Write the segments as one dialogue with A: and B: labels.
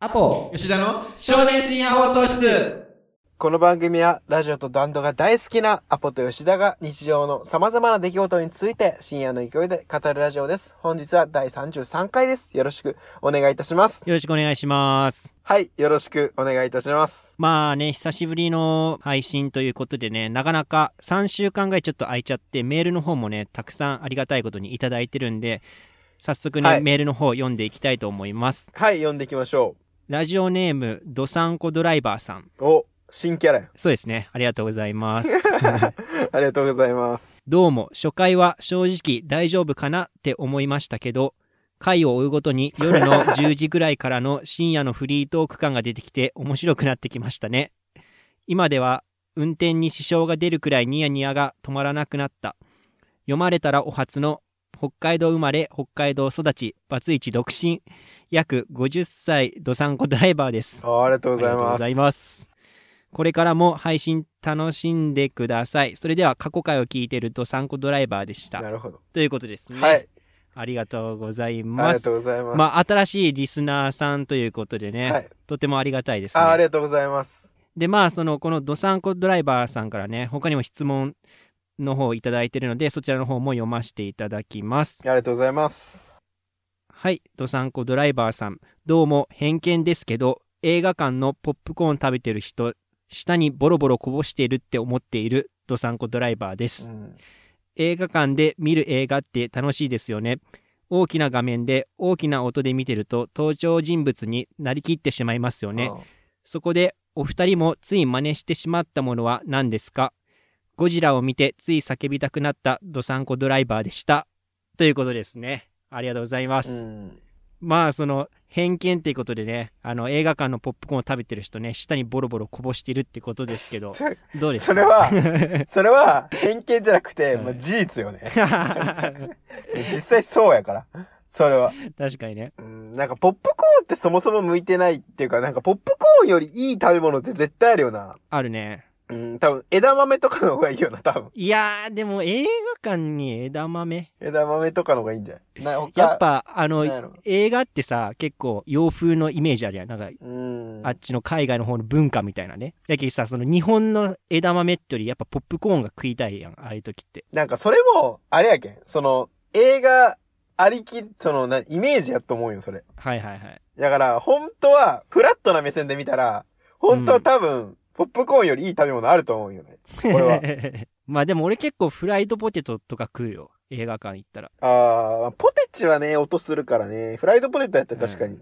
A: アポ
B: 吉田の少年深夜放送室
C: この番組はラジオとバンドが大好きなアポと吉田が日常の様々な出来事について深夜の勢いで語るラジオです。本日は第33回です。よろしくお願いいたします。
A: よろしくお願いします。
C: はい、よろしくお願いいたします。
A: まあね、久しぶりの配信ということでね、なかなか3週間ぐらいちょっと空いちゃって、メールの方もね、たくさんありがたいことにいただいてるんで、早速ね、
C: はい
A: メールの方読んでいきたいと思います。
C: はい、読んでいきましょ
A: ラジオネーム、ドサンコドライバーさん。
C: う。お、新キャラよ
A: そうですね、ありがとうございます。
C: ありがとうございます。
A: どうも初回は正直大丈夫かなって思いましたけど回を追うごとに夜の10時ぐらいからの深夜のフリートーク感が出てきて面白くなってきましたね今では運転に支障が出るくらいニヤニヤが止まらなくなった読まれたらお初の北海道生まれ北海道育ちバツイチ独身約50歳ドサンコドライバーです
C: あありがとう
A: あ
C: ご
A: り
C: ざ
A: が
C: い
A: とう
C: ま
A: ご
C: す。
A: ざいます。これからも配信楽しんでください。それでは過去回を聞いてるとサンコドライバーでした
C: な。るほど。
A: ということですね。
C: はい、
A: ありがとうござい
C: あり
A: ま
C: が
A: す。
C: とうございます。
A: まあ、新しいリスナーさんということでね、
C: はい
A: とてもありがたいです、ね。
C: あありがとうございます。
A: で、まあ、その、このドサンコドライバーさんからね、他にも質問の方をいただいているので、そちらの方も読ませていただきます。
C: ありがとうございます。
A: はい、ドサンコドライバーさん。どうも偏見ですけど、映画館のポップコーン食べてる人、舌にボロボロこぼしているって思っているドサンコドライバーで
C: う
A: す。
C: ん、
A: 映画館で見る映画って楽しいですよね。大きな画面で大きな音で見てると登場人物になりきってしまいますよね。そこでお二人もつい真似してしまったものは何ですかゴジラを見てつい叫びたくなったドサンコドライバーでした。ということですね。ありがとうございま
C: う
A: す。
C: ん。
A: まあその偏見っていうことでねあの映画館のポップコーンを食べてる人ね舌にボロボロこぼしてるってことで すけど
C: ちょ
A: どうです
C: そ
A: か
C: れは、それは偏見じゃなくて、
A: はい
C: まあ、事実よね。実際そうやから。それは。
A: 確かにね
C: うん、なんかポップコーンってそもそも向いてないっていうか、なんかポップコーンよりいい食べ物って絶対あるよな。
A: あるね
C: うん、多分枝豆とかの方がいいよな、多分。
A: いやーでも映画館に枝豆
C: 枝豆とかの方がいいんじゃないな、他
A: やっ、ぱあ
C: なんや
A: の
C: ろ
A: 映画ってさ結構洋風のイメージあるやんなんか
C: うん。
A: あっちの海外の方の文化みたいなねだけどさその日本の枝豆ってよりやっぱポップコーンが食いたいやんああいう時って
C: なんかそれも、あれやけん。その、映画ありき、その、な、イメージやと思うよ、それ。
A: はいはいはい
C: だから、本当は、フラットな目線で見たら、本当は多分、ポップコーンよりいい食べ物あると思うよ ね。 これは。
A: まあでも俺結構フライドポテトとか食うよ映画館行ったら
C: あー、ポテチはね、音するからね、フライドポテトやったら確かに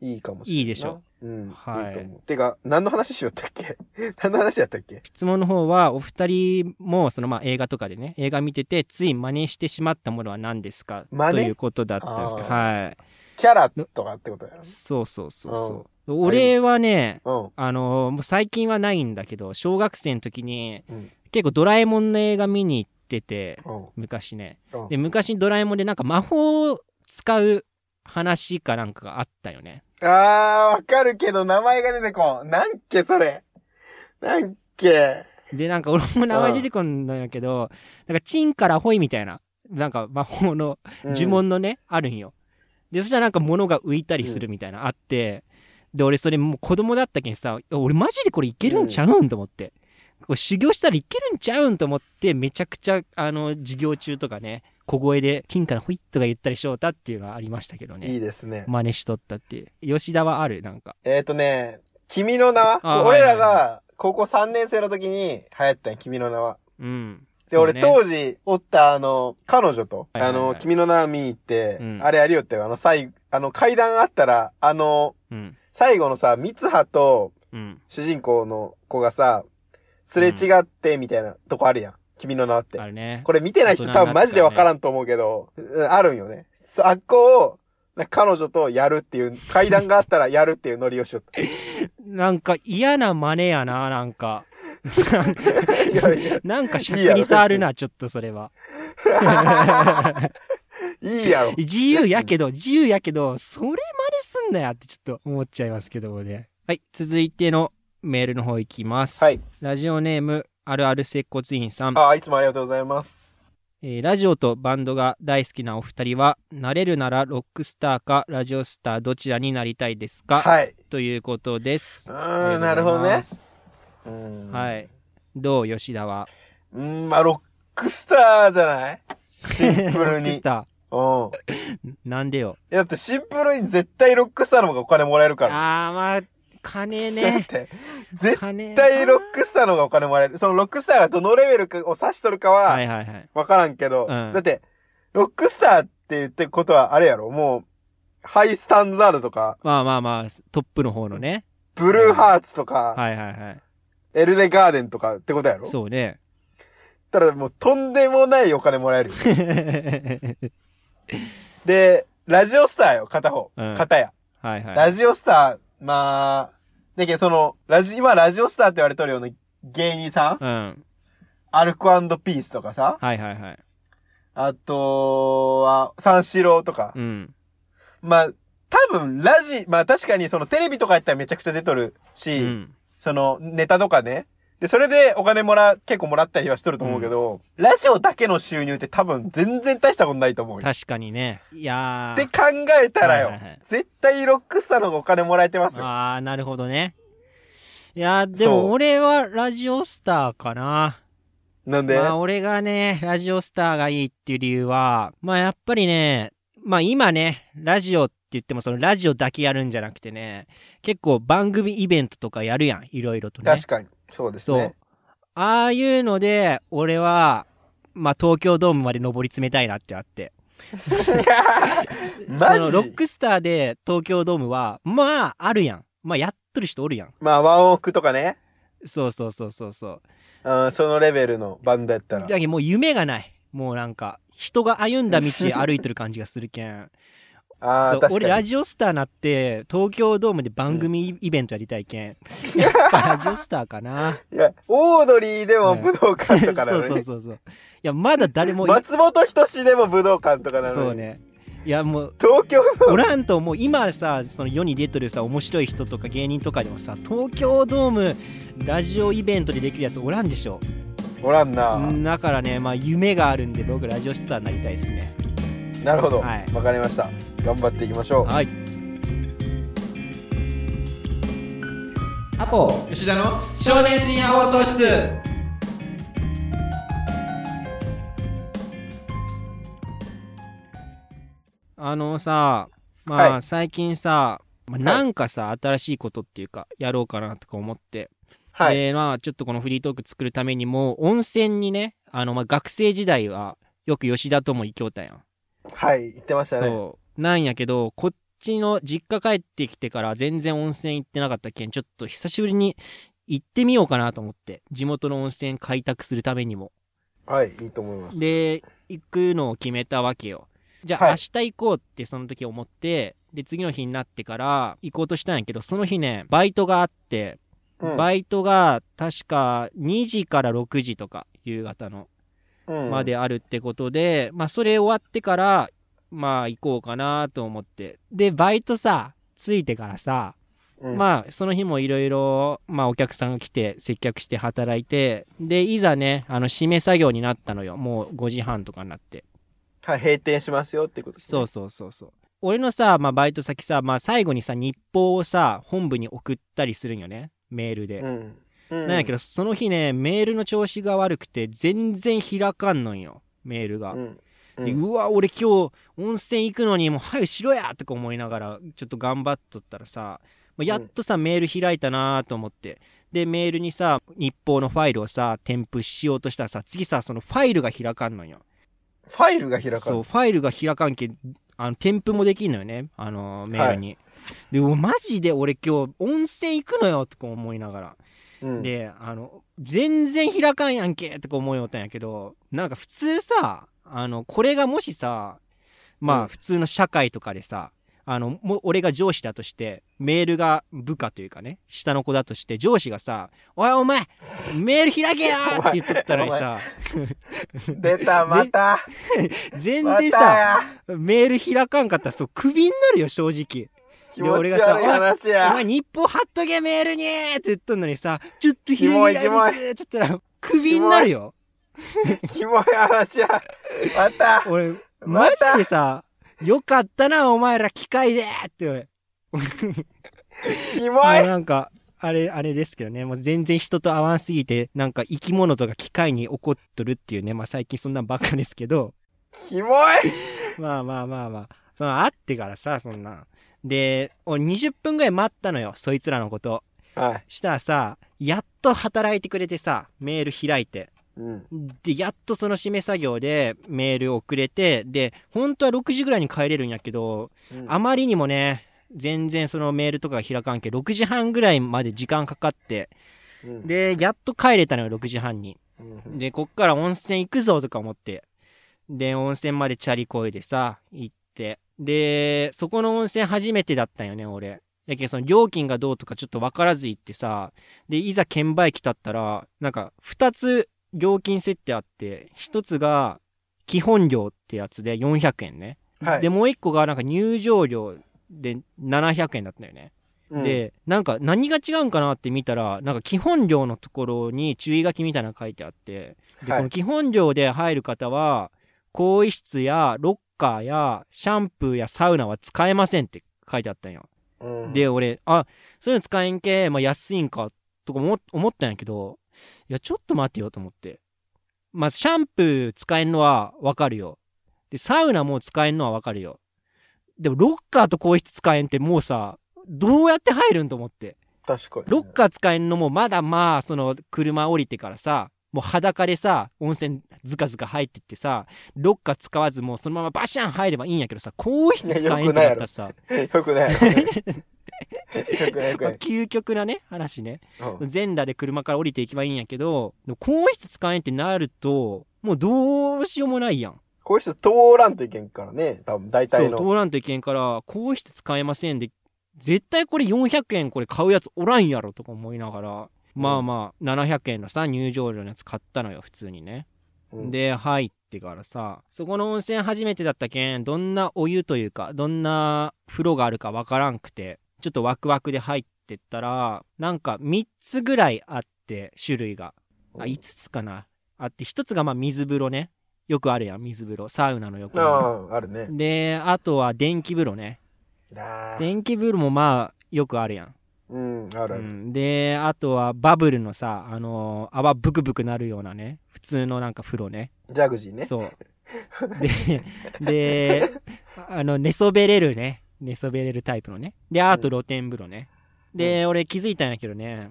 C: いいかもしれないな。
A: いいでしょ。
C: うん。
A: はい
C: いと思う。てか、何の話しよったっけ 何の話やったっけ
A: 質問の方はお二人もそのまあ映画とかでね映画見ててつい真似してしまったものは何ですか
C: 真似
A: ということだったんですけど
C: あ
A: は
C: キャラとかってことや
A: いそうそうそうそう
C: あ
A: 俺はね
C: ろ。
A: あのもう最近はないんだけど小学生の時に
C: うん。うん。
A: 結構ドラえもんの映画見に行ってて
C: うん。
A: 昔ね
C: うん
A: で昔ドラえもんでなんか魔法を使う話かなんかがあったよね
C: あー、わかるけど、名前が出てこん。なんっけ、それ。なんっけ。
A: で、なんか俺も名前出てこんのやけど、なんかチンからホイみたいな、なんか魔法の
C: うん
A: 呪。文のね、あるんよ。で、そしたらなんか物が浮いたりするみたいな、あって、で、俺それもう子供だったけんさ、俺マジでこれいけるんちゃうんと思って。こう修行したらいけるんちゃうんと思って、めちゃくちゃ、あの、授業中とかね、小声で、チンからホイとか言ったりしようたっていうのはありましたけど
C: い
A: ね。
C: いですね。
A: 真似しとったっていう。吉田はある、なんか。
C: えっ、とね、君の名は
A: あ
C: 俺ら
A: はい
C: が高校3年生の時に流行ったんよ君の名は。
A: うん。
C: で、
A: そう
C: 俺
A: ね
C: 当時おったあの、彼女と、
A: はいはいはい
C: あの、君の名は見に行って、
A: うん
C: あれやりよってよ、あの、最、あの、階段あったら、あの、
A: うん。
C: 最後のさ、三葉と
A: うん。
C: 主人公の子がさ、すれ違ってみたいなとこあるやん。君の名はって
A: あ。るね。
C: これ見てない人多分マジでわからんと思うけど、うんあるんよね。そあっこを、なんか彼女とやるっていう、階段があ ったらやるっていうノリをしよった。い
A: なんか嫌な真似やな、なんか。
C: やいや
A: なんか尺に触るな、ちょっとそれは。
C: いいやろ。
A: 自由やけど、自由やけど、それ真似すんなやってちょっと思っちゃいますけどもね。はい、続いてのメールの方いきます。
C: はい。
A: ラジオネーム、あるある接骨院さん。
C: あ、いつもありがとうございます。
A: えーラジオとバンドが大好きなお二人は、なれるならロックスターかラジオスターどちらになりたいですか、
C: はい。
A: ということです
C: う。
A: あり
C: ーん、な
A: がと
C: る
A: う
C: ほ
A: ご
C: ど
A: ざいま
C: ね。
A: す。
C: うん。。
A: はいい。どう、吉田は。
C: うん、まあ、ロックスターじゃないシンプ ルに。
A: ミスタ
C: うん。
A: ーなんでよ。
C: だってシンプルに絶対ロックスターの方がお金もらえるから。
A: あー、まあ、金
C: だっ
A: ね。
C: て、 絶
A: 金。
C: 対ロックスターの方がお金もらえる。そのロックスターがどのレベルかを指しとるか
A: は、
C: はい
A: はいはい。
C: わからんけど、
A: うん
C: だって、ロックスターって言ってことはあれやろ、もう、ハイスタンダードとか、
A: まあまあまあ、トップの方のね。
C: ブルーハーツとか、
A: はいはいはい。
C: エルレガーデンとかってことやろ
A: そうね。
C: たらもうとんでもないお金もらえるよ。で、ラジオスターよ、片方。
A: うん
C: 片や。
A: はいは
C: ラ
A: い。
C: ジオスター、まあ、だけどその、ラジ、今ラジオスターって言われとるような芸人さん、
A: うん。
C: アルコピースとかさ、
A: はいはいはい。
C: あとは、三四郎とか
A: う。ん。
C: まあ、多分、ラジ、まあ確かにそのテレビとかやったらめちゃくちゃ出とる
A: う
C: し、
A: ん。
C: そのネタとかね。で、それでお金もら、結構もらったりはしとると思うけど、ラジオだけの収入って多分全然大したことないと思うよ。
A: 確かにね。いや
C: って考
A: ー。
C: えたらよ、
A: はいはいはい
C: 絶対ロックスターの方がお金もらえてますよ。
A: あー、なるほどね。いやー、でも
C: そう
A: 俺はラジオスターかな。
C: なんで、
A: まあ俺がね、ラジオスターがいいっていう理由は、まあやっぱりね、まあ今ね、ラジオって言ってもそのラジオだけやるんじゃなくてね、結構番組イベントとかやるやん、いろいろとね。
C: 確かに。そうです
A: そう。
C: ね。
A: ああいうので、俺は、まあ、東京ドームまで上り詰めたいなってあって。
C: マ
A: そのロ
C: ジ
A: ックスターで東京ドームは、まあ、あるやん。まあ、やっとる人おるやん。
C: まあ、ワンオークとかね、
A: そうそうそうそうそう。
C: うん、そのレベルのバンドやったら。
A: だけどもう夢がない。もうなんか、人が歩んだ道歩いてる感じがするけん。
C: あ
A: そ
C: あ、
A: う
C: 確かに。
A: 俺ラジオスターなって、東京ドームで番組イベントやりたいけん。やっぱラジオスターかな。
C: いや、オードリーでも
A: うん
C: 武道館
A: そ
C: と
A: う
C: かなのに、
A: そうそうそう。いや、まだ誰もい、
C: 松本人志でも武道館とかなのに。
A: そうね。いや、もう、
C: 東京ドー
A: お
C: ム
A: らんともう今さその世に出てるさ面白い人とか芸人とかでもさ東京ドームラジオイベントでできるやつおらんでしょ
C: おらんな、
A: だからねまあ夢があるんで僕ラジオスターになりたいですね
C: なるほど。わ、
A: はい
C: かりました。頑張っていきましょう。
A: はいアポ
B: 吉田の少年深夜放送室
A: あのさまあ、
C: は
A: 最近さ、まあ、なんかさ、新しいことっていうかやろうかなとか思って
C: はい。
A: でまあちょっとこのフリートーク作るためにも温泉にねあの、まあ、学生時代はよく吉田とも行きょうたやん
C: はい。言ってましたね。
A: そうなんやけどこっちの実家帰ってきてから全然温泉行ってなかったけんちょっと久しぶりに行ってみようかなと思って地元の温泉開拓するためにも
C: はい。いいと思います。
A: で行くのを決めたわけよじゃあ、
C: はい
A: 明日行こうってその時思ってで次の日になってから行こうとしたんやけどその日ねバイトがあって、
C: うん
A: バイトが確か2時から6時とか夕方の
C: うん
A: まであるってことで、まあそれ終わってからまあ行こうかなと思ってでバイトさついてからさ、
C: うん
A: まあその日もいろいろまあお客さんが来て接客して働いてでいざねあの締め作業になったのよもう5時半とかになって
C: はい、閉店しますよってことですね
A: そうそうそうそう俺のさ、まあ、バイト先さ、まあ、最後にさ日報をさ本部に送ったりするんよねメールで、
C: うん。うん。
A: なんやけどその日ねメールの調子が悪くて全然開かんのんよメールが、
C: うん。う
A: で
C: ん。
A: うわ俺今日温泉行くのにもう早くしろやとか思いながらちょっと頑張っとったらさまあやっとさ、メール開いたなと思ってでメールにさ日報のファイルをさ添付しようとしたらさ次さそのファイルが開かんのよ
C: ファイルが開か
A: そう
C: る。
A: ファイルが開かんけんあの添付もできんのよねあのメールに、でうわマジで俺今日温泉行くのよとか思いながら
C: うん。
A: であの全然開かんやんけとか思いよったんやけどなんか普通さあのこれがもしさま
C: うん
A: あ普通の社会とかでさあのもう俺が上司だとしてメールが部下というかね下の子だとして上司がさ「おいお前メール 開けよ!」って言っとったのにさ
C: 出た、また。
A: 全
C: また
A: 然さ
C: や。
A: メール開かんかったらそうクビになるよ正直。
C: 気持ち悪い話
A: お
C: や
A: 前。日報貼っとけメールにって言っとんのにさちょっと
C: キモ
A: 開
C: い
A: いたいですって言ったらクビになるよ。
C: キモい話や。また。
A: 俺、マ
C: ま
A: ジ
C: た
A: でさ、よかったな、お前ら機械でって。
C: キモ
A: もう
C: い。
A: なんか、あれ、あれですけどね、もう全然人と合わんすぎて、なんか生き物とか機械に怒っとるっていうね、まあ最近そんなんばっかですけど、
C: キモい。
A: まあまあまあまあ、その会ってからさ、そんなん。で、俺20分ぐらい待ったのよ、そいつらのこと。
C: はい。
A: したらさ、やっと働いてくれてさ、メール開いて。
C: うん。
A: で、やっとその締め作業でメール送れて、で、本当は6時ぐらいに帰れるんやけど、あまりにもね、全然そのメールとかが開かんけ、6時半ぐらいまで時間かかって、
C: うん、
A: で、やっと帰れたのよ、6時半に。
C: うん
A: で、こっから温泉行くぞとか思って。で、温泉までチャリこいでさ、行って。で、そこの温泉初めてだったんよね、俺。やけんその料金がどうとかちょっと分からず行ってさ、で、いざ券売機立ったら、なんか、二つ料金設定あって、一つが、基本料ってやつで400円ね。
C: はい。
A: で、もう一個がなんか入場料で700円だったんよね。
C: うん、
A: でなんか何が違うんかなって見たらなんか基本料のところに注意書きみたいなの書いてあってで、
C: はい
A: この基本料で入る方は更衣室やロッカーやシャンプーやサウナは使えませんって書いてあったんよ。
C: うん、
A: で俺あそういうの使えんけ、まあ、安いんかとか思思ったんやけどいやちょっと待てよと思ってまあシャンプー使えんのはわかるよでサウナも使えんのはわかるよでもロッカーと更衣室使えんってもうさどうやって入るんと思って
C: 確かに。
A: ロッカー使えんのもまだまあその車降りてからさもう裸でさ温泉ずかずか入ってってさロッカー使わずもうそのままバシャン入ればいいんやけどさ更衣室使えんってなったらさ、
C: よくない。よくない、よく
A: ま
C: な
A: あ
C: い。
A: 究極なね話ね
C: うん
A: 全裸で車から降りていけばいいんやけど、でも更衣室使えんってなると、もうどうしようもないやん。
C: こういう人通らんといけんからね。多分、大
A: そ
C: 体
A: う、
C: の。
A: 通らんといけんから、更衣室使えませんで、絶対これ400円これ買うやつおらんやろとか思いながら、まあまあ、700円のさ、入場料のやつ買ったのよ、普通にね。
C: うん、
A: で、入ってからさ、そこの温泉初めてだったけん、どんなお湯というか、どんな風呂があるかわからんくて、ちょっとワクワクで入ってったら、なんか3つぐらいあって、種類が。
C: うん
A: あ5つかなあって1つがまあ水風呂ねよくあるやん水風呂サウナの横
C: あ
A: に
C: あ、あるね。
A: であとは電気風呂ね
C: あー
A: 電気風呂もまあよくあるやん、
C: うん、ある
A: う
C: ある。
A: ん、であとはバブルのさあのー泡ブクブクなるようなね普通のなんか風呂ね
C: ジャグジーね。
A: そうでであの寝そべれるね寝そべれるタイプのねであと露天風呂ね、で俺気づいたんやけどね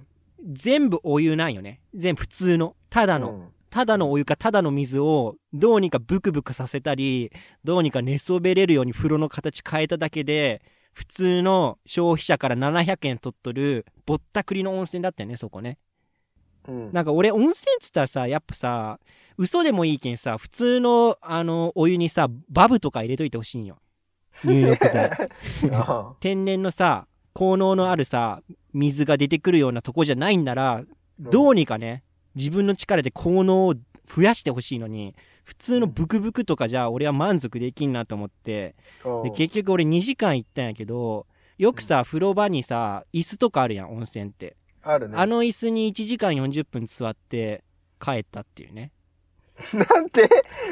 A: 全部お湯なんよね全部普通のただの、
C: うん
A: ただのお湯かただの水をどうにかブクブクさせたりどうにか寝そべれるように風呂の形変えただけで普通の消費者から700円取っとるぼったくりの温泉だったよねそこね
C: うん。
A: なんか俺温泉っつったらさやっぱさ嘘でもいいけんさ普通のあのお湯にさバブとか入れといてほしいんよ入浴剤
C: あ
A: 天然のさ効能のあるさ水が出てくるようなとこじゃないんなら
C: ー
A: どうにかね、自分の力で効能を増やしてほしいのに、普通のブクブクとかじゃ俺は満足できんなと思って、
C: うん
A: で結局俺2時間行ったんやけど、よくさ、風呂場にさ、椅子とかあるやん、温泉って。
C: あるね。
A: あの椅子に1時間40分座って帰ったっていうね。
C: なんで、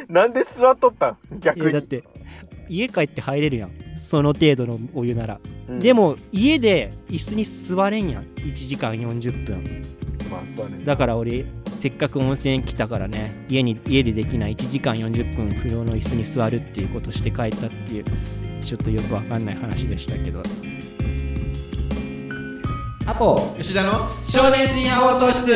C: なんで座っとったん
A: い
C: 逆
A: や
C: に。
A: だって、家帰って入れるやん。その程度のお湯なら。
C: うん
A: で、も、家で椅子に座れんやん。1時間40分。
C: まあ、そうだね。
A: だから俺せっかく温泉来たからね家に家でできない1時間40分不良の椅子に座るっていうことして帰ったっていうちょっとよくわかんない話でしたけど
B: アポ吉田の少年深夜放送室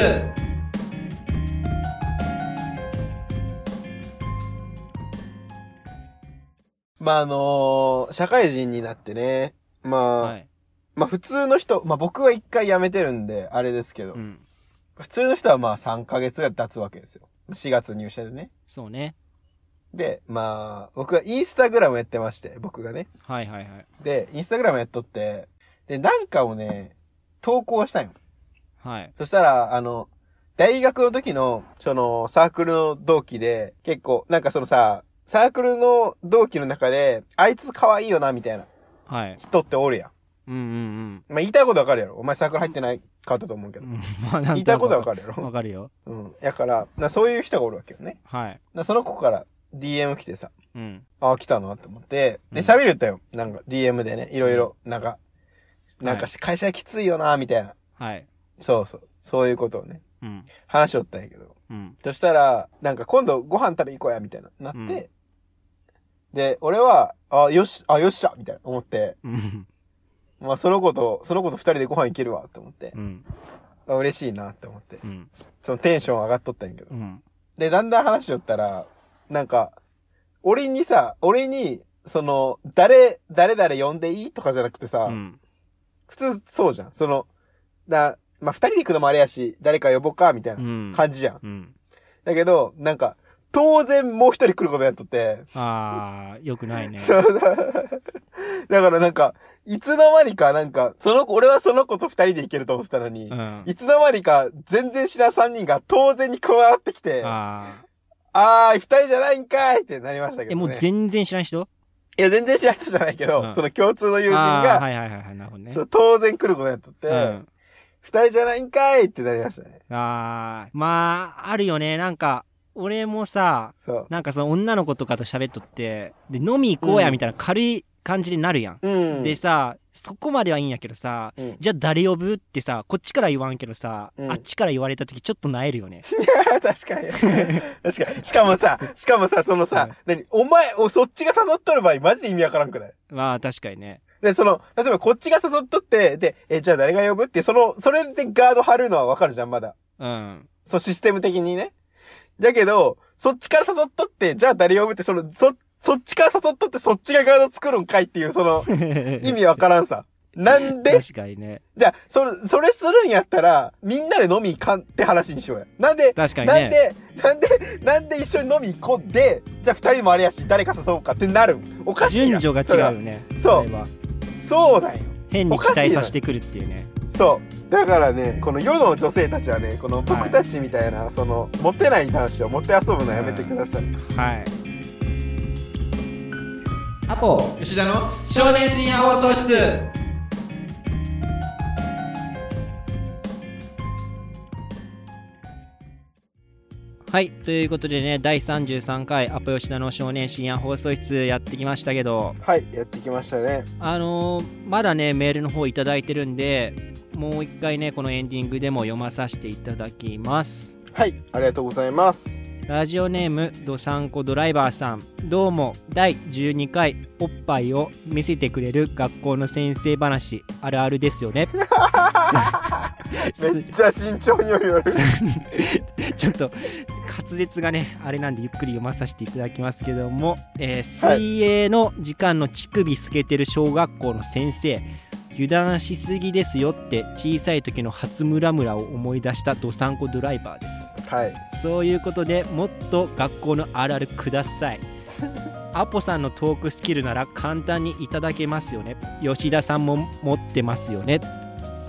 C: まあ、あのー社会人になってね。まあ、
A: はい、
C: まあ、普通の人、まあ、僕は一回辞めてるんで、あれですけど、
A: うん、
C: 普通の人はまあ、3ヶ月ぐらい経つわけですよ。4月入社でね。
A: そうね
C: で、まあ、僕はインスタグラムやってまして、僕がね。
A: はいはいはい
C: で、インスタグラムやっとって、で、なんかをね、投稿したんよ。
A: はい
C: そしたら、あの、大学の時の、その、サークルの同期で、結構、なんかそのさ、サークルの同期の中で、あいつ可愛いよな、みたいな
A: はい
C: 人っておるやん。
A: うんうん
C: まあ、言いたいことわかるやろ。お前サークル入ってないかったと思うけ
A: う
C: ど。
A: ん。 まあ、なん
C: 言いたいことはわ
A: か
C: かるや
A: る。わ
C: ろ。
A: かるよ。
C: うん。やから、なそういう人がおるわけよね。
A: はい。
C: なその子から DM 来てさ、
A: うん。
C: ああ、来たなって思って、
A: う
C: で、
A: ん
C: 喋るとよ。なんか DM でね、いろいろ、なんか、なんか
A: は
C: 会社きついよな、みたいな。
A: はい。
C: そうそう。そういうことをね、
A: うん。
C: 話しおったんやけど。
A: うん。
C: そしたら、なんか今度ご飯食べ行こうや、みたいな、なって、
A: うん
C: で、俺は、あ、よし、あ、よっしゃみたいな思って、
A: うん。
C: まあその子と、その子と二人でご飯行けるわ、と思って
A: う、ん。
C: あ嬉しいな、って思って、
A: うん。
C: そのテンション上がっとったんやけど
A: う。ん。
C: で、だんだん話しよったら、なんか、俺にさ、俺に、その、誰、誰々呼んでいいとかじゃなくてさ、
A: うん。
C: 普通そうじゃん。その、だ、まあ二人で行くのもあれやし、誰か呼ぼうか、みたいな
A: うん。
C: 感じじゃん。
A: うん。
C: だけど、なんか、当然もう一人来ることやっとって、
A: ああ、よくないね。
C: そうだ。だからなんか、いつの間にかなんか、その子、俺はその子と二人で行けると思ってたのに、
A: うん。
C: いつの間にか全然知らん三人が当然に加わってきて、あ
A: ああ。
C: あー、二人じゃないんかいってなりましたけど、ね。
A: え、もう全然知らん人
C: いや、全然知らん人じゃないけど、
A: うん
C: その共通の友人
A: あー
C: が、
A: はいはいはいはい。なるほどね。
C: そう当然来ることやっとって、
A: う
C: 二、
A: ん。
C: 人じゃないんかいってなりましたね。
A: ああ。まあ、あるよね。なんか、俺もさ、
C: そう。
A: なんかその女の子とかと喋っとって、で、飲み行こうやみたいな軽い感じになるやん。
C: うん。
A: でさ、そこまではいいんやけどさ、
C: うん
A: じゃあ誰呼ぶってさ、こっちから言わんけどさ、
C: うん
A: あっちから言われた時ちょっとなえるよね。
C: 確かに。確かに。しかもさ、しかもさ、そのさ、
A: うん
C: 何お前、お、そっちが誘っとる場合、マジで意味わからんくない
A: まあ確かにね。
C: で、その、例えばこっちが誘っとって、で、え、じゃあ誰が呼ぶって、その、それでガード張るのはわかるじゃん、まだ。
A: うん。
C: そう、システム的にね。だけど、そっちから誘っとって、じゃあ誰呼ぶって、その、そ、そっちから誘っとって、そっちがガード作るんかいっていう、そ の、意
A: 意
C: 味わからんさ。なんで
A: 確かにね。
C: じゃあ、それ、それするんやったら、みんなで飲み行かんって話にしようや。なんで、
A: 確かにね。
C: なんで、なんで、なんで一緒に飲み行こうで、じゃあ二人もあれやし、誰か誘おうかってなるん。おかしいや
A: 順
C: ん
A: 序が違うよね。
C: そ
A: れ
C: う
A: は。
C: そうだよ。
A: 変に期待させてくるっていうね。
C: そうだからねこの世の女性たちはねこの僕たちみたいな、そのモテない男子をモテ遊ぶのやめてください、
A: はい。アポ
B: 吉田の少年深夜放送室
A: はいということでね第33回アポ吉田の少年深夜放送室やってきましたけど
C: はいやってきましたね
A: あのーまだねメールの方頂いただいてるんでもう一回ねこのエンディングでも読まさせていただきます
C: はいありがとうございます
A: ラジオネームドサンコドライバーさんどうも第12回おっぱいを見せてくれる学校の先生話あるあるです よね
C: めっちゃ慎重に読みる
A: ちょっと滑舌がねあれなんでゆっくり読まさせていただきますけども、えー
C: はい
A: 水泳の時間の乳首透けてる小学校の先生油断しすぎですよって小さい時の初ムラムラを思い出したドサンコドライバーで す
C: はい
A: そういうことでもっと学校のあるあるくださいアポさんのトークスキルなら簡単にいただけますよね吉田さんも持ってますよね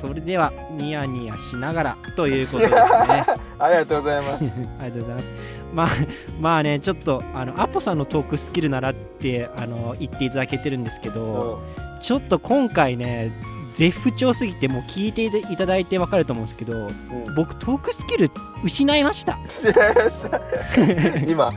A: それではニヤニヤしながらということですね
C: ありがとうございます
A: ありがとうございますまあまあねちょっとあのアポさんのトークスキルならってあの言っていただけてるんですけど、
C: う
A: ちょっと今回ね絶不調すぎてもう聞いていただいてわかると思うんですけど
C: ん、うん、
A: 僕トークスキル失いました
C: 知らました 今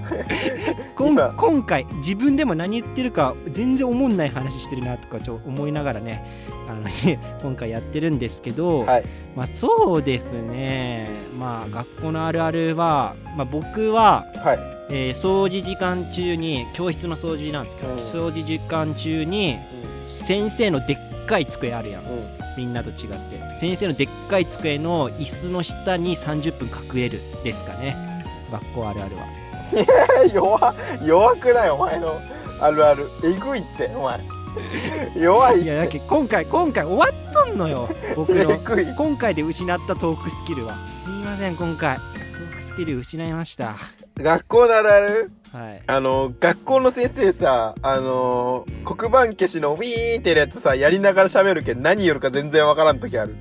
A: こん
C: 今
A: 今回自分でも何言ってるか全然思んない話してるなとかちょっと思いながらねあの 今回やってるんですけど、
C: はい
A: まあ、そうですねまあ学校のあるあるは、まあ、僕は、
C: はい
A: えー掃除時間中に教室の掃除なんですけど、
C: うん
A: 掃除時間中に先生のでっかい机あるやん
C: うんうん
A: みんなと違って先生のでっかい机の椅子の下に30分隠れるですかね学校あるあるは。
C: 弱弱くないお前のあるあるえぐいってお前弱いっ
A: い
C: て
A: やだっけ今回今回終わっとんのよ僕
C: え
A: の
C: ぐい
A: 今回で失ったトークスキルはすいません今回トークスキル失いました
C: 学校ならある
A: はい
C: あの学校の先生さあの黒板消しのウィーンってやつさやりながら喋るけど何よるか全然わからん時ある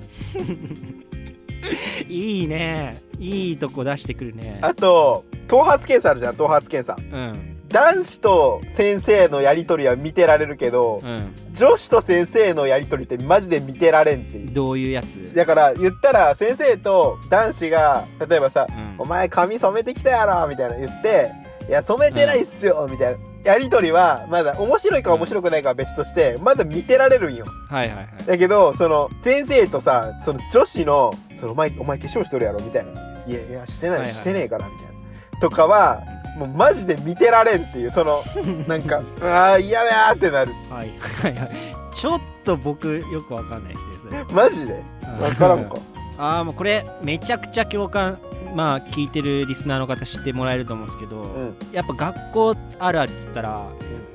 A: いいねいいとこ出してくるね
C: あと頭髪検査あるじゃん頭髪検査
A: うん
C: 男子と先生のやりとりは見てられるけど、
A: うん
C: 女子と先生のやりとりってマジで見てられんっていう。
A: どういうやつ
C: だから言ったら先生と男子が例えばさ
A: う
C: 「
A: ん
C: お前髪染めてきたやろ」みたいな言って「いや染めてないっすよ」みたいなやりとりはまだ面白いか面白くないかは別としてまだ見てられるんよ。
A: はいはいはい
C: だけど、その、先生とさ、その女子の、その、お前、お前化粧しとるやろみたいな。いやいや、してない、
A: はいはい
C: してねえから、みたいな。とかは、もうマジで見てられんっていう、そ の、なんか、ああ、嫌だーってなる。
A: はいはいはいちょっと僕よくわかんないですねそれ
C: マジでわからんか。
A: ああもうこれめちゃくちゃ共感まあ聞いてるリスナーの方知ってもらえると思うんですけど、
C: うん。
A: やっぱ学校あるあるっつったら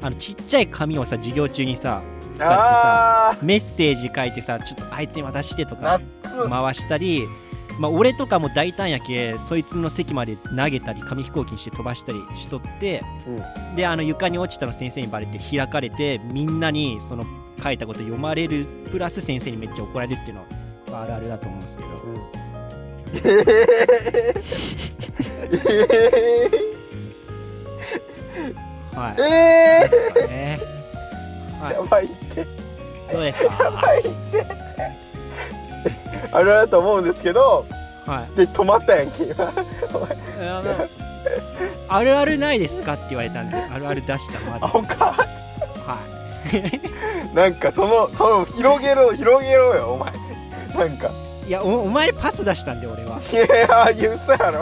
A: あのちっちゃい紙をさ授業中にさ使ってさ
C: あ
A: メッセージ書いてさちょっとあいつに渡してと
C: ー、ナ
A: か
C: ッツ。
A: 回したり、まあ、俺とかも大胆やけそいつの席まで投げたり紙飛行機にして飛ばしたりしとって
C: うん
A: であの床に落ちたの先生にバレて開かれてみんなにその書いたこと読まれるプラス先生にめっちゃ怒られるっていうのはまああるあるだと思うんですけど。
C: うん。えー、
A: はい
C: えー、え
A: ですかね。
C: ー、やばいって、
A: どうですか。
C: あれだと思うんですけど、
A: はい。
C: で、止まったやんけ、今。
A: えあのあるあるないですかって言われたんで、あるある出したまで
C: あ、ほんか。
A: は
C: なんかそのその広げろ広げろよお前なんか
A: い。いやおお前にパス出したんで俺は。
C: いやいや嘘やろ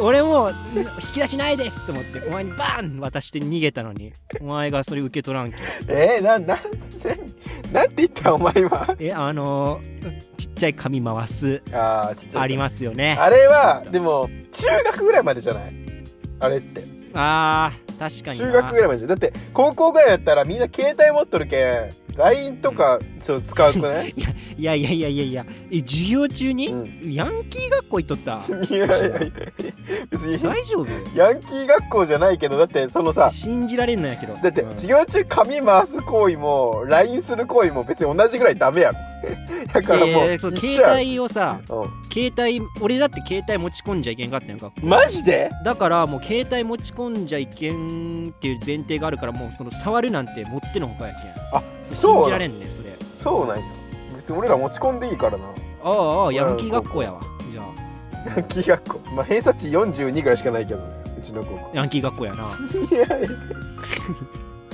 A: 俺もん引き出しないですと思ってお前にバーン渡して逃げたのに、お前がそれ受け取らんけ。
C: えー、ななんなんなんて言ったお前今
A: えあのーちっちゃい紙回す
C: あーちっちゃい
A: ありますよね。
C: あれはでも中学ぐらいまでじゃないあれって
A: あー確かにな。
C: 中学ぐらいまでじゃないだって高校ぐらいだったらみんな携帯持っとるけん LINE とかそう使うくない
A: いやいやいやいやいやえ授業中に、
C: う
A: ヤンキー学校行っ とった。
C: いやいやいや別に
A: 大丈夫。
C: ヤンキー学校じゃないけどだってそのさ
A: 信じられんのやけど。
C: だって
A: うん
C: 授業中髪回す行為も LINE する行為も別に同じぐらいダメやろ だからもう
A: えーそう
C: 一緒
A: 携
C: やろ
A: 帯をさ
C: うん
A: 携帯俺だって携帯持ち込んじゃいけんかったんやんか
C: マジで
A: だからもう携帯持ち込んじゃいけんっていう前提があるからもうその触るなんて持ってのほかやけん
C: あ
A: 信
C: そう
A: じら
C: なん
A: れんねそれ
C: そうなんや別に俺ら持ち込んでいいからな
A: ああああ
C: 俺
A: ヤ
C: らの
A: ンキー学校やわじゃあ
C: ヤンキー学校まあ偏差値42ぐらいしかないけどねうちの高 校
A: ヤンキー学校やな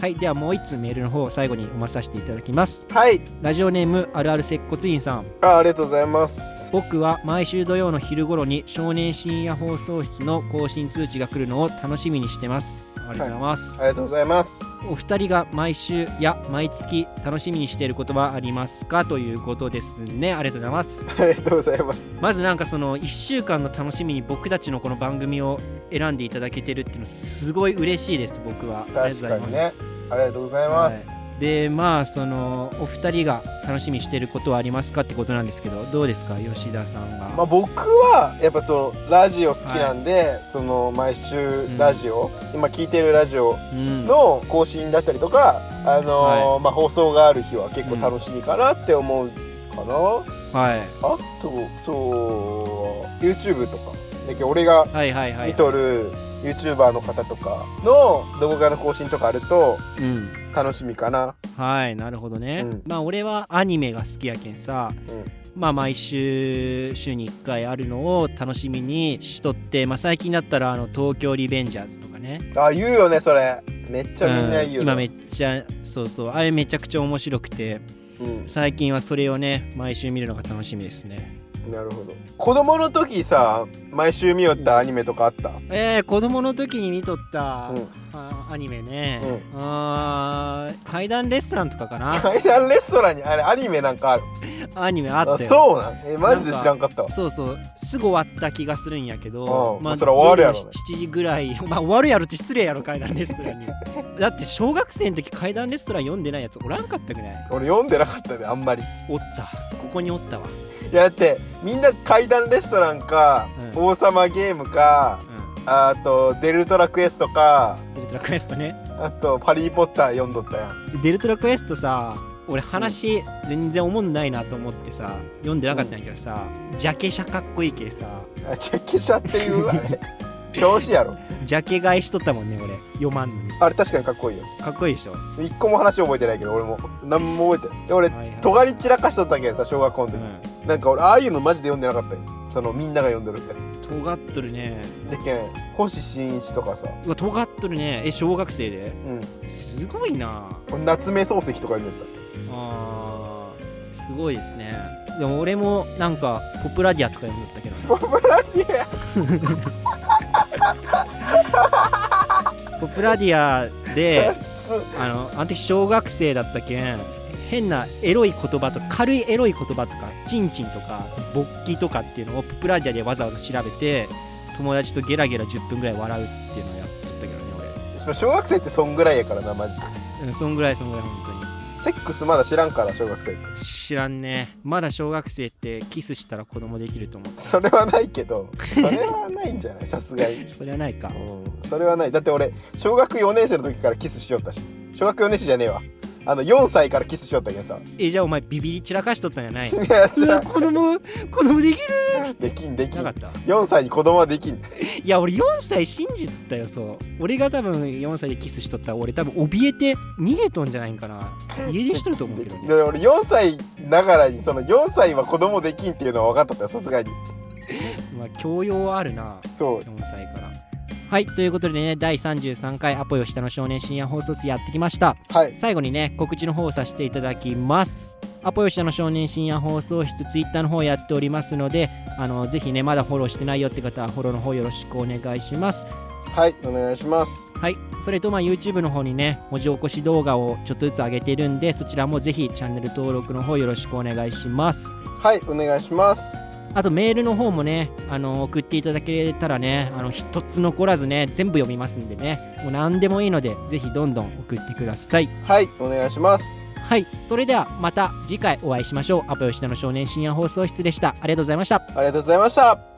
A: はいではもう1通メールの方を最後に読まさせていただきます
C: はい
A: ラジオネームあるある接骨院さん
C: あありがとうございます
A: 僕は毎週土曜の昼頃に少年深夜放送室の更新通知が来るのを楽しみにしてますありがとうございます、
C: ありがとうございます
A: お二人が毎週や毎月楽しみにしていることはありますかということですねありがとうございます
C: ありがとうございます
A: まずなんかその1週間の楽しみに僕たちのこの番組を選んでいただけてるっていうのすごい嬉しいです僕はありがとうございます、
C: 確かありがとうございます、
A: でまあそのお二人が楽しみにしていることはありますかってことなんですけどどうですか吉田さんが、
C: まあ、僕はやっぱそのラジオ好きなんで、その毎週ラジオ、今聞いてるラジオ
A: うん
C: の更新だったりとか、あのーまあ、放送がある日は結構楽しみかなって思うかな、
A: はい、
C: あとそう YouTube とかだけど俺が
A: はいはいはい
C: 見とる YouTuber の方とかの動画の更新とかあると
A: うん
C: 楽しみかな
A: はいなるほどね、
C: うん
A: まあ俺はアニメが好きやけんさ、まあ毎週週に1回あるのを楽しみにしとって、まあ、最近だったらあの東京リベンジャーズとかね
C: あ言うよねそれめっちゃみんな
A: う
C: 言う
A: ん
C: よ、ね
A: 今めっちゃそうそうあれめちゃくちゃ面白くて最近はそれをね毎週見るのが楽しみですね
C: うん、なるほど子供の時さ毎週見よったアニメとかあった、
A: えー、子供の時に見とった、
C: うん
A: あアニメね、
C: うん
A: あー階段レストランとか かな
C: 階段レストランにあれアニメなんかある
A: アニメあったよ
C: そうなんえマジで知らんかったわ
A: そうそうすぐ終わった気がするんやけど
C: うんまあそれは終わるやろ
A: 夜の7時ぐらい まあ終わるやろって失礼やろ階段レス トランにだって小学生の時階段レストラン読んでないやつおらんかったぐらい
C: 俺読んでなかったねあんまり
A: おったここにおったわ
C: いやだってみんな階段レストランか、
A: う
C: 王様ゲームか
A: うん
C: あとデルトラクエストか
A: デルトラクエストね
C: あとハリー・ポッター読んどったやん
A: デルトラクエストさ俺話全然おもんないなと思ってさ読んでなかったんやけどさジャケ写かっこいいけさ
C: あジャケシャっていうあれ表紙やろ
A: ジャケ買いしとったもんね俺読まんのに
C: あれ確かにかっこいいよ
A: かっこいいでしょ、は
C: 一個も話覚えてないけど俺も何も覚えてないで俺
A: いはい
C: 尖り散らかしとったけんさ小学校の
A: う
C: 時、
A: ん、
C: なんか俺ああいうのマジで読んでなかったよそのみんなが読んでるやつ
A: 尖っとるね
C: でけん星新一とかさ
A: うわ尖っとるねえ小学生で
C: うん
A: すごいな
C: 俺夏目漱石とか読んでた
A: あーすごいですねでも俺もなんかポプラディアとか読んだったけどな
C: ポプラデ ィア
A: ポプラディアで
C: つ
A: あのあの時小学生だったけん変なエロい言葉と軽いエロい言葉とかチンチンとかその勃起とかっていうのをポプラディアでわざわざ調べて友達とゲラゲラ10分ぐらい笑うっていうのをやっとったけどね
C: 小学生ってそんぐらいやからなマジで
A: 俺うんそんぐらいそんぐらい本当に
C: セックスまだ知らんから小学生って
A: 知らんねまだ小学生ってキスしたら子供できると思った
C: それはないけどそれはないんじゃないさすが に
A: それはないか
C: うんそれはないだって俺小学4年生の時からキスしよったし小学4年生じゃねえわあの4歳からキスしよったけんさ
A: えじゃあお前ビビり散らかしとったんじゃない
C: いやつ
A: うわ
C: ら
A: 子供子供できる
C: できんでき
A: なんかった
C: 4歳に子供はできん
A: いや俺4歳信じてたよそう俺が多分4歳でキスしとったら俺多分怯えて逃げとんじゃないんかな家出しとると思う
C: で
A: けど
C: で
A: ね
C: 俺4歳ながらにその4歳は子供できんっていうのは分かっとったよさすがに
A: まあ教養はあるな
C: そう
A: 4歳からはいということでね第33回アポヨ下の少年深夜放送室やってきました
C: はい
A: 最後にね告知の方をさせていただきますアポヨシタの少年深夜放送室ツイッターの方やっておりますのであのぜひねまだフォローしてないよって方はフォローの方よろしくお願いします
C: はいお願いします
A: はいそれとまあ YouTube の方にね文字起こし動画をちょっとずつ上げてるんでそちらもぜひチャンネル登録の方よろしくお願いします
C: はいお願いします
A: あとメールの方もねあの送っていただけたらねあの一つ残らずね全部読みますんでねもう何でもいいのでぜひどんどん送ってください
C: はいお願いします
A: はい、それではまた次回お会いしましょう。アポヨシタの少年深夜放送室でした。ありがとうございました。
C: ありがとうございました。